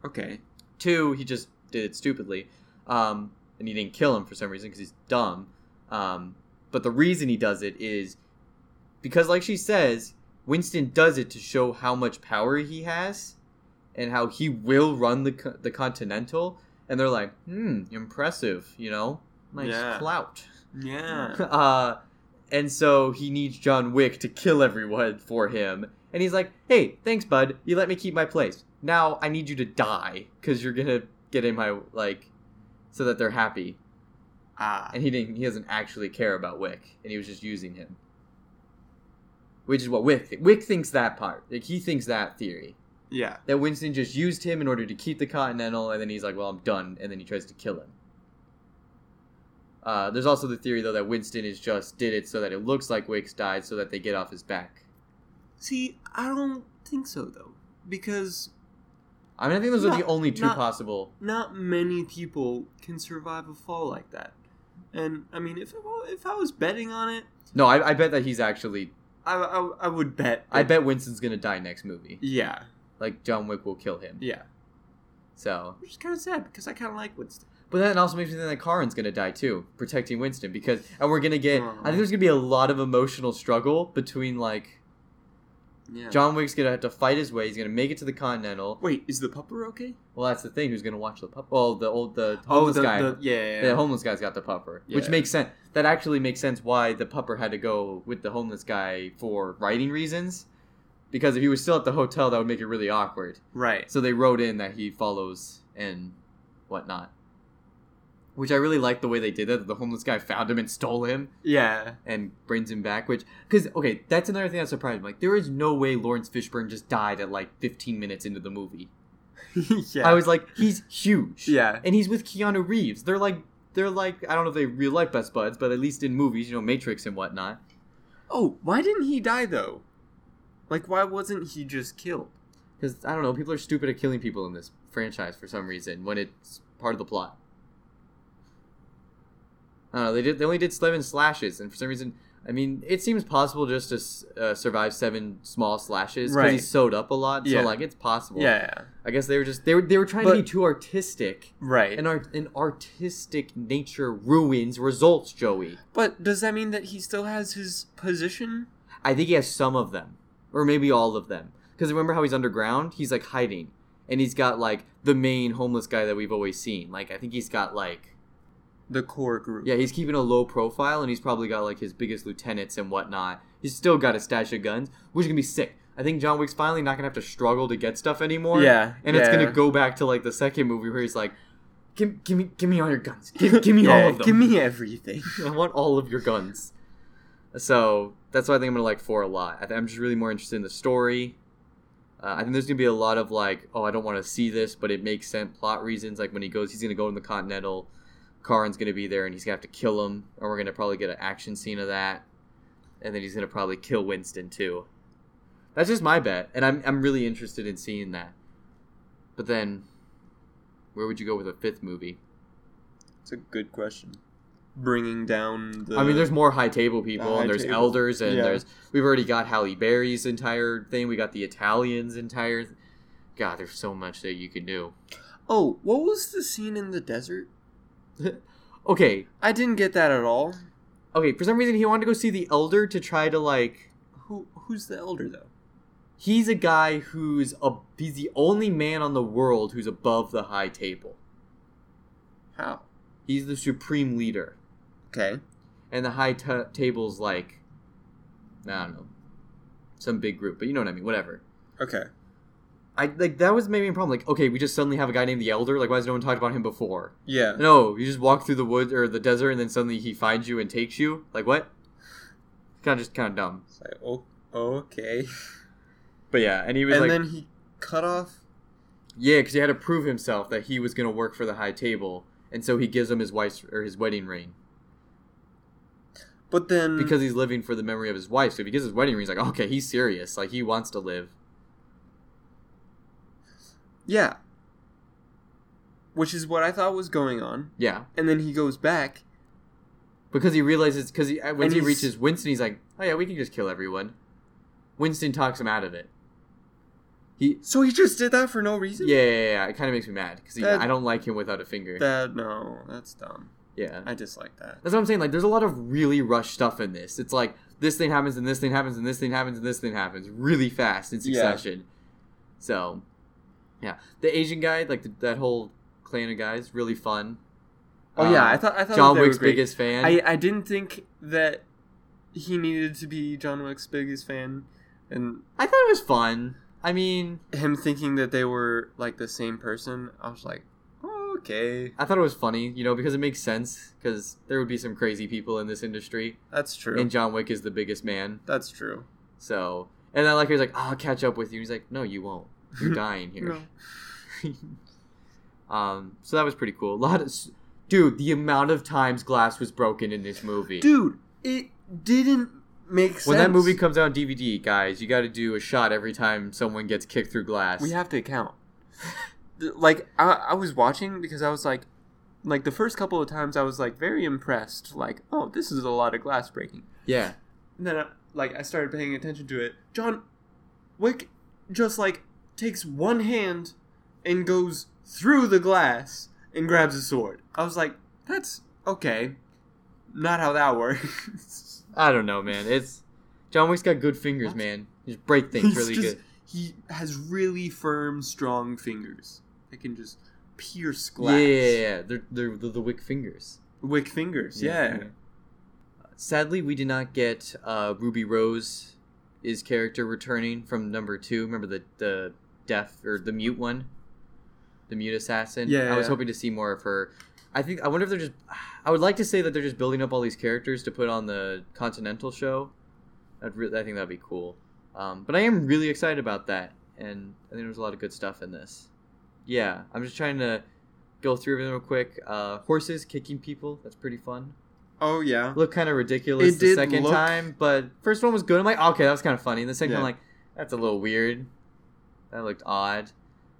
Okay.
Two, he just did it stupidly, um, and he didn't kill him for some reason because he's dumb. Um, but the reason he does it is because, like she says, Winston does it to show how much power he has and how he will run the co- the Continental. And they're like, "Hmm, impressive," you know, nice
Yeah.
clout.
Yeah.
Uh, and so he needs John Wick to kill everyone for him. And he's like, hey, thanks, bud. You let me keep my place. Now I need you to die because you're going to get in my, like, so that they're happy.
Ah.
And he didn't, he doesn't actually care about Wick. And he was just using him. Which is what Wick, Wick thinks that part. Like, he thinks that theory.
Yeah.
That Winston just used him in order to keep the Continental, and then he's like, well, I'm done. And then he tries to kill him. Uh, there's also the theory though that Winston is just did it so that it looks like Wicks died, so that they get off his back.
See, I don't think so though. Because
I mean, I think those are the
Not-
only two
not-
possible.
not many people can survive a fall like that. And I mean, if I, if I was betting on it,
No, I, I bet that he's actually.
I, I, I would bet.
I
that-
bet Winston's gonna die next movie.
Yeah,
Like John Wick will kill him.
yeah.
So,
Which is kind of sad because I kind of like Winston.
but that also makes me think that Karin's gonna die too, protecting Winston because, and we're gonna get. I
Oh.
think there's gonna be a lot of emotional struggle between like
Yeah.
John Wick's gonna have to fight his way. He's gonna make it to the Continental.
Wait, is the pupper okay?
Well, that's the thing. Who's gonna watch the pup? Well, the old the homeless
Oh, the,
guy.
the- yeah.
The homeless guy's got the pupper, which
Yeah.
makes sense. That actually makes sense why the pupper had to go with the homeless guy for writing reasons, because if he was still at the hotel, that would make it really awkward.
Right.
So they wrote in that he follows and whatnot, which I really like the way they did that. that The homeless guy found him and stole him
Yeah.
and brings him back. Which, because okay, that's another thing that surprised me. Like, there is no way Lawrence Fishburne just died at like 15 minutes into the movie.
yeah.
I was like, he's huge.
Yeah.
And he's with Keanu Reeves. They're like they're like I don't know if they real life best buds, but at least in movies, you know, Matrix and whatnot.
Oh, why didn't he die though? Like, why wasn't he just killed?
Because I don't know, people are stupid at killing people in this franchise for some reason when it's part of the plot. I don't know. They did. They only did seven slashes, and for some reason, I mean, it seems possible just to s- uh, survive seven small slashes because
Right.
he's sewed up a lot.
Yeah.
So like, it's possible.
yeah.
I guess they were just they were they were trying to
But-
be too artistic.
Right.
An art an artistic nature ruins results, Joey.
but does that mean that he still has his position?
I think he has some of them, or maybe all of them. Because remember how he's underground? He's like hiding, and he's got like the main homeless guy that we've always seen. Like I think he's got like
The core group.
yeah, he's keeping a low profile, and he's probably got like his biggest lieutenants and whatnot. He's still got a stash of guns, which is gonna be sick. I think John Wick's finally not gonna have to struggle to get stuff anymore.
Yeah,
and it's
yeah.
gonna go back to like the second movie where he's like, "Give, give me, give me all your guns. Give, give me all of them.
Give me everything.
I want all of your guns. So that's why I think I'm gonna like four a lot. I th- I'm just really more interested in the story. Uh, I think there's gonna be a lot of like, oh, I don't want to see this, but it makes sense plot reasons. Like when he goes, he's gonna go in the Continental. Karin's gonna be there, and he's gonna have to kill him, and we're gonna probably get an action scene of that, and then he's gonna probably kill Winston too. That's just my bet, and I'm I'm really interested in seeing that. But then, where would you go with a fifth movie?
It's a good question. Bringing down the.
I mean, there's more high table people,
high
and there's
table.
elders, and
Yeah.
there's we've already got Halle Berry's entire thing. We got the Italians' entire. th- God, there's so much that you could do.
Oh, what was the scene in the desert?
Okay,
I didn't get that at all.
okay. For some reason, he wanted to go see the elder to try to like.
Who Who's the elder though?
He's a guy who's a he's the only man on the world who's above the high table.
How?
He's the supreme leader,
Okay.
and the high t- table's like, I don't know, some big group, but you know what I mean. Whatever.
Okay.
I like that was maybe a problem. Like, okay, we just suddenly have a guy named the Elder. Like, why has no one talked about him before?
Yeah.
No, you just walk through the woods or the desert, and then suddenly he finds you and takes you. Like, what? Kind of just kind of dumb.
It's like, oh, okay.
But yeah, and he was
And
like,
then he cut off.
yeah, because he had to prove himself that he was gonna work for the High Table, and so he gives him his wife's or his wedding ring
But then
because he's living for the memory of his wife. So if he gives his wedding ring, he's like, okay, he's serious. Like he wants to live.
yeah, which is what I thought was going on.
Yeah,
And then he goes back.
because he realizes because he, uh, when
And
he
he's-
reaches Winston, he's like, oh yeah, we can just kill everyone. Winston talks him out of it. He
So he just did that for no reason.
Yeah, yeah, yeah, yeah. It kind of makes me mad because
That-
I don't like him without a finger.
That no, that's dumb.
yeah,
I dislike that.
that's what I'm saying. Like, there's a lot of really rushed stuff in this. It's like this thing happens and this thing happens and this thing happens and this thing happens really fast in
Yeah.
succession. So, yeah, the Asian guy, like the, that whole clan of guys, really fun.
Oh
Um,
yeah, I thought I thought
John
they were
Wick's
great.
biggest fan.
I I didn't think that he needed to be John Wick's biggest fan, and
I thought it was fun. I mean,
him thinking that they were like the same person. I was like, oh, okay,
I thought it was funny, you know, because it makes sense. Because there would be some crazy people in this industry,
that's true.
and John Wick is the biggest man.
that's true.
So, and then like he's like, "I'll catch up with you." He's like, "No, you won't. You're dying here." um, so that was pretty cool. A lot of, s- dude, the amount of times glass was broken in this movie.
Dude, it didn't make sense.
when that movie comes out on DVD, guys, you got to do a shot every time someone gets kicked through glass.
we have to count. Th- like I, I was watching because I was like, like the first couple of times I was like very impressed. Like, oh, this is a lot of glass breaking.
yeah,
And then I, like I started paying attention to it. John Wick just like takes one hand and goes through the glass and grabs a sword. I was like, that's okay. Not how that works.
I don't know, man. It's John Wick's got good fingers,
What?
man. Just break things
He's
really
just-
good.
He has really firm, strong fingers. They can just pierce glass.
Yeah, yeah, yeah, yeah. They're, they're, they're the Wick fingers.
Wick fingers. Yeah.
Sadly, we did not get uh, Ruby Rose his character returning from number two. Remember the the deaf or the mute one, the mute assassin.
Yeah,
I was
yeah.
hoping to see more of her. I think I wonder if they're just. I would like to say that they're just building up all these characters to put on the Continental show. I'd re- I think that'd be cool. Um, but I am really excited about that, and I think there's a lot of good stuff in this. Yeah, I'm just trying to go through everything real quick. Uh, horses kicking people. That's pretty fun
Oh yeah.
looked kind of ridiculous
It
the
did
second
look-
time, but first one was good. I'm like, okay, that was kind of funny. And the second
Yeah.
one, like, that's a little weird. That looked odd.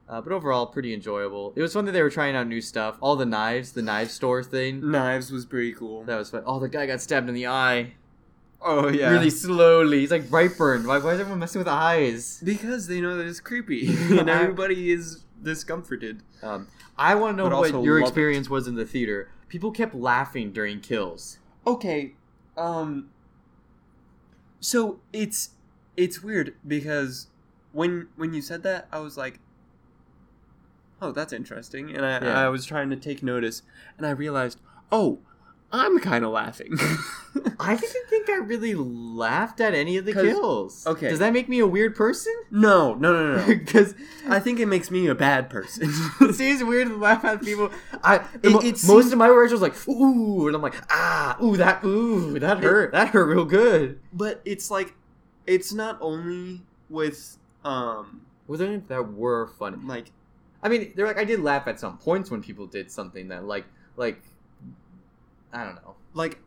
Uh, but overall, pretty enjoyable. It was fun that they were trying out new stuff. All the knives, the knife store thing.
Knives was pretty cool.
That was fun. Oh, the guy got stabbed in the eye.
Oh yeah.
Really slowly. He's like bright burned. Why, why is everyone messing with eyes?
Because they know that it's creepy and everybody is discomforted.
Um, I want to know
But also
what your
love it.
experience was in the theater. People kept laughing during kills.
Okay. Um So it's it's weird because when when you said that I was like Oh, that's interesting. And I,
Yeah.
I was trying to take notice and I realized, "Oh, I'm kind of laughing."
I didn't think I really laughed at any of the
'Cause-
kills.
okay.
Does that make me a weird person?
no, no, no, no.
because
I think it makes me a bad person.
it seems weird to laugh at people. I the
It-
mo-
it
most
seems-
of my reactions was like ooh, and I'm like ah, ooh that ooh that hurt, that hurt real good.
but it's like it's not only with um
Were there any that were funny?
like
I mean, they're like I did laugh at some points when people did something that like like I don't know.
like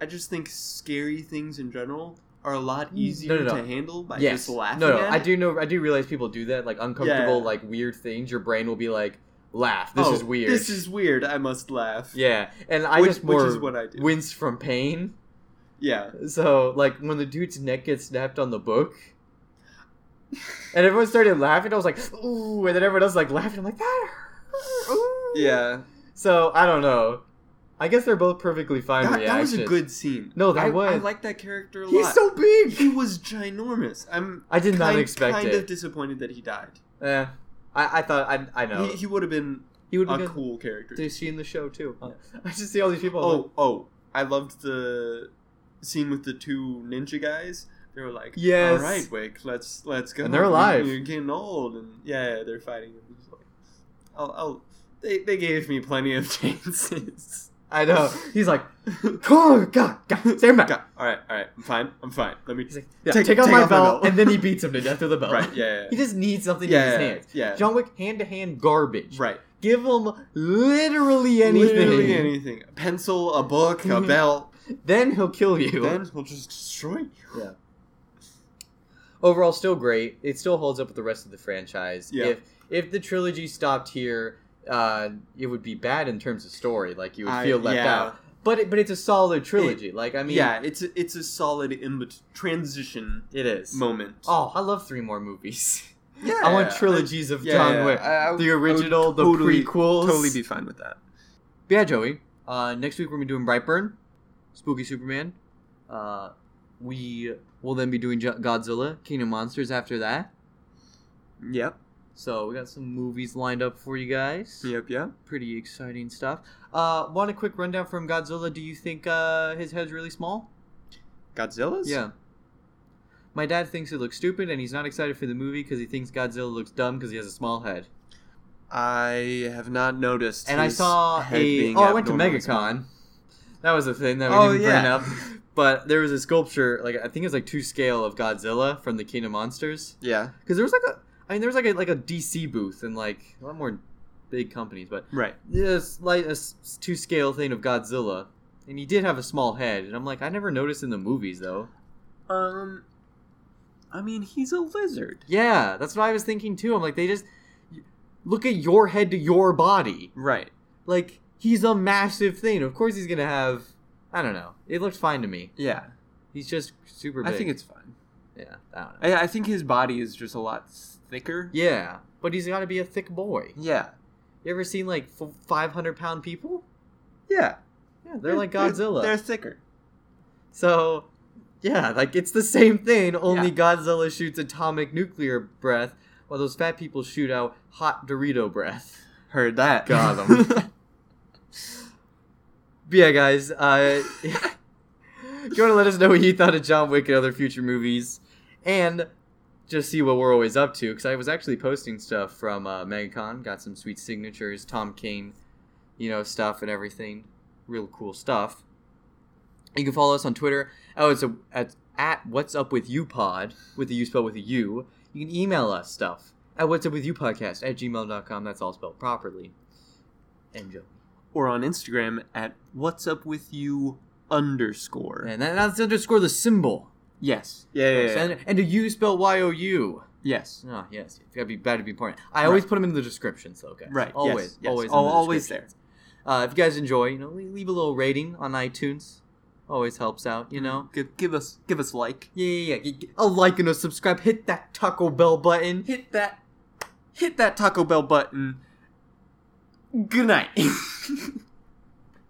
I just think scary things in general are a lot
No,
easier
Mm. no, no.
to handle by
yes,
just laughing.
no, no,
at
I
it.
do know, I do realize people do that, like uncomfortable,
Yeah.
like weird things. Your brain will be like, laugh. This
Oh,
is weird.
This is weird. I must laugh.
yeah, and I
which,
just more
which is what I do.
winced from pain.
yeah,
So, like, when the dude's neck gets snapped on the book, and everyone started laughing, I was like, ooh, and then everyone else was, like laughing. I'm like, that hurt. Ooh.
yeah.
So, I don't know. I guess they're both perfectly fine
That, that was
reactions.
a good scene.
No, that
I, I
was.
like that character a
He's
lot.
so
he
big!
was ginormous. I'm
I did not
kind,
expect
kind
it.
of disappointed that he died.
Eh, I, I thought, I, I know.
He, he would have been
He would be
a
good
cool character.
to see in the show, too. I just see all these people. I'm like,
Oh, oh! I loved the scene with the two ninja guys. They were like,
Yes.
all right, Wick, let's let's go."
And they're alive.
You're getting old, and yeah, yeah, they're fighting. It was like, I'll, I'll, they they gave me plenty of chances.
I know. He's like, God, God, God, stand back.
God, all right, all right, I'm fine, I'm fine. Let me
He's like, yeah,
Take-
take, off
take
my
off my
belt,
belt.
and then he beats him to death with the belt.
right, yeah,
He
yeah,
just needs something in
yeah,
his
yeah,
hands.
yeah,
John Wick hand to hand garbage.
right.
Give him literally anything.
Literally anything. A pencil, a book, a
Mhm.
belt.
Then he'll kill you.
Then he'll just destroy you.
Overall, still great. It still holds up with the rest of the franchise.
Yeah.
If if the trilogy stopped here, uh, it would be bad in terms of story. Like you would
I-
feel left
yeah.
out. But it, but it's a solid trilogy. like I mean,
yeah, it's a, it's a solid in bet- transition
it is.
moment.
Oh, I love three more movies.
yeah,
I want trilogies of
Yeah,
John
yeah,
Wick.
I- I would-
the original, the
totally-
prequels.
totally be fine with that.
But yeah, Joey. Uh, next week we're gonna be doing Brightburn, Spooky Superman. Uh, we will then be doing Jo- Godzilla, King of Monsters after that.
Yep,
So we got some movies lined up for you guys.
yep, yep.
Pretty exciting stuff. Uh, want a quick rundown from Godzilla? Do you think uh, his head's really small?
Godzilla's?
Yeah. My dad thinks it looks stupid, and he's not excited for the movie because he thinks Godzilla looks dumb because he has a small head.
I have not noticed.
and I
his
saw
head
a
being
oh, I went to
abnormally small.
MegaCon. That was a thing that we
Oh,
didn't bring
yeah.
up. But there was a sculpture, like I think it's like two scale of Godzilla from the King of Monsters.
Yeah,
Because there was like a, I mean, there was like a like a DC booth and like a lot more big companies, but
right.
this like a s- two scale thing of Godzilla, and he did have a small head, and I'm like, I never noticed in the movies though.
Um, I mean, he's a lizard.
Yeah, that's what I was thinking too. I'm like, they just look at your head to your body.
Right.
like he's a massive thing. Of course he's gonna have. I don't know. It looks fine to me.
Yeah,
He's just super
I
big.
think it's fine.
yeah. I don't know.
I, I think his body is just a lot thicker.
Yeah, but he's got to be a thick boy.
Yeah.
You ever seen like f- five hundred pound people?
Yeah.
Yeah, they're like Godzilla.
They're, thicker.
So, yeah, like it's the same thing. Only
Yeah.
Godzilla shoots atomic nuclear breath, while those fat people shoot out hot Dorito breath.
Heard that.
Got 'em. But yeah, guys, uh, if you want to let us know what you thought of John Wick and other future movies, and just see what we're always up to because I was actually posting stuff from uh, MegaCon, got some sweet signatures, Tom Kane, you know, stuff and everything, real cool stuff. You can follow us on Twitter. Oh, it's a, at, at What's Up With You Pod with a U spelled with a U. You can email us stuff at What's Up With You Podcast at gmail.com. That's all spelled properly. And Joe.
Or on Instagram at what's up with you underscore.
And that- that's underscore the symbol.
yes. Yeah, yeah, yeah.
And, and a U spelled Y O U.
yes.
Oh, yes. You gotta be bad to be important. I always put them in the descriptions, though, guys.
Right.
Always.
yes, yes.
Always.
Oh,
in the
always there.
descriptions. Uh, if you guys enjoy, you know, le- leave a little rating on iTunes. Always helps out,
Mm-hmm.
you know.
Give, give us give us like.
Yeah, yeah, yeah. G- g- A like and a subscribe. Hit that Taco Bell button.
Hit that hit that Taco Bell button. Good night.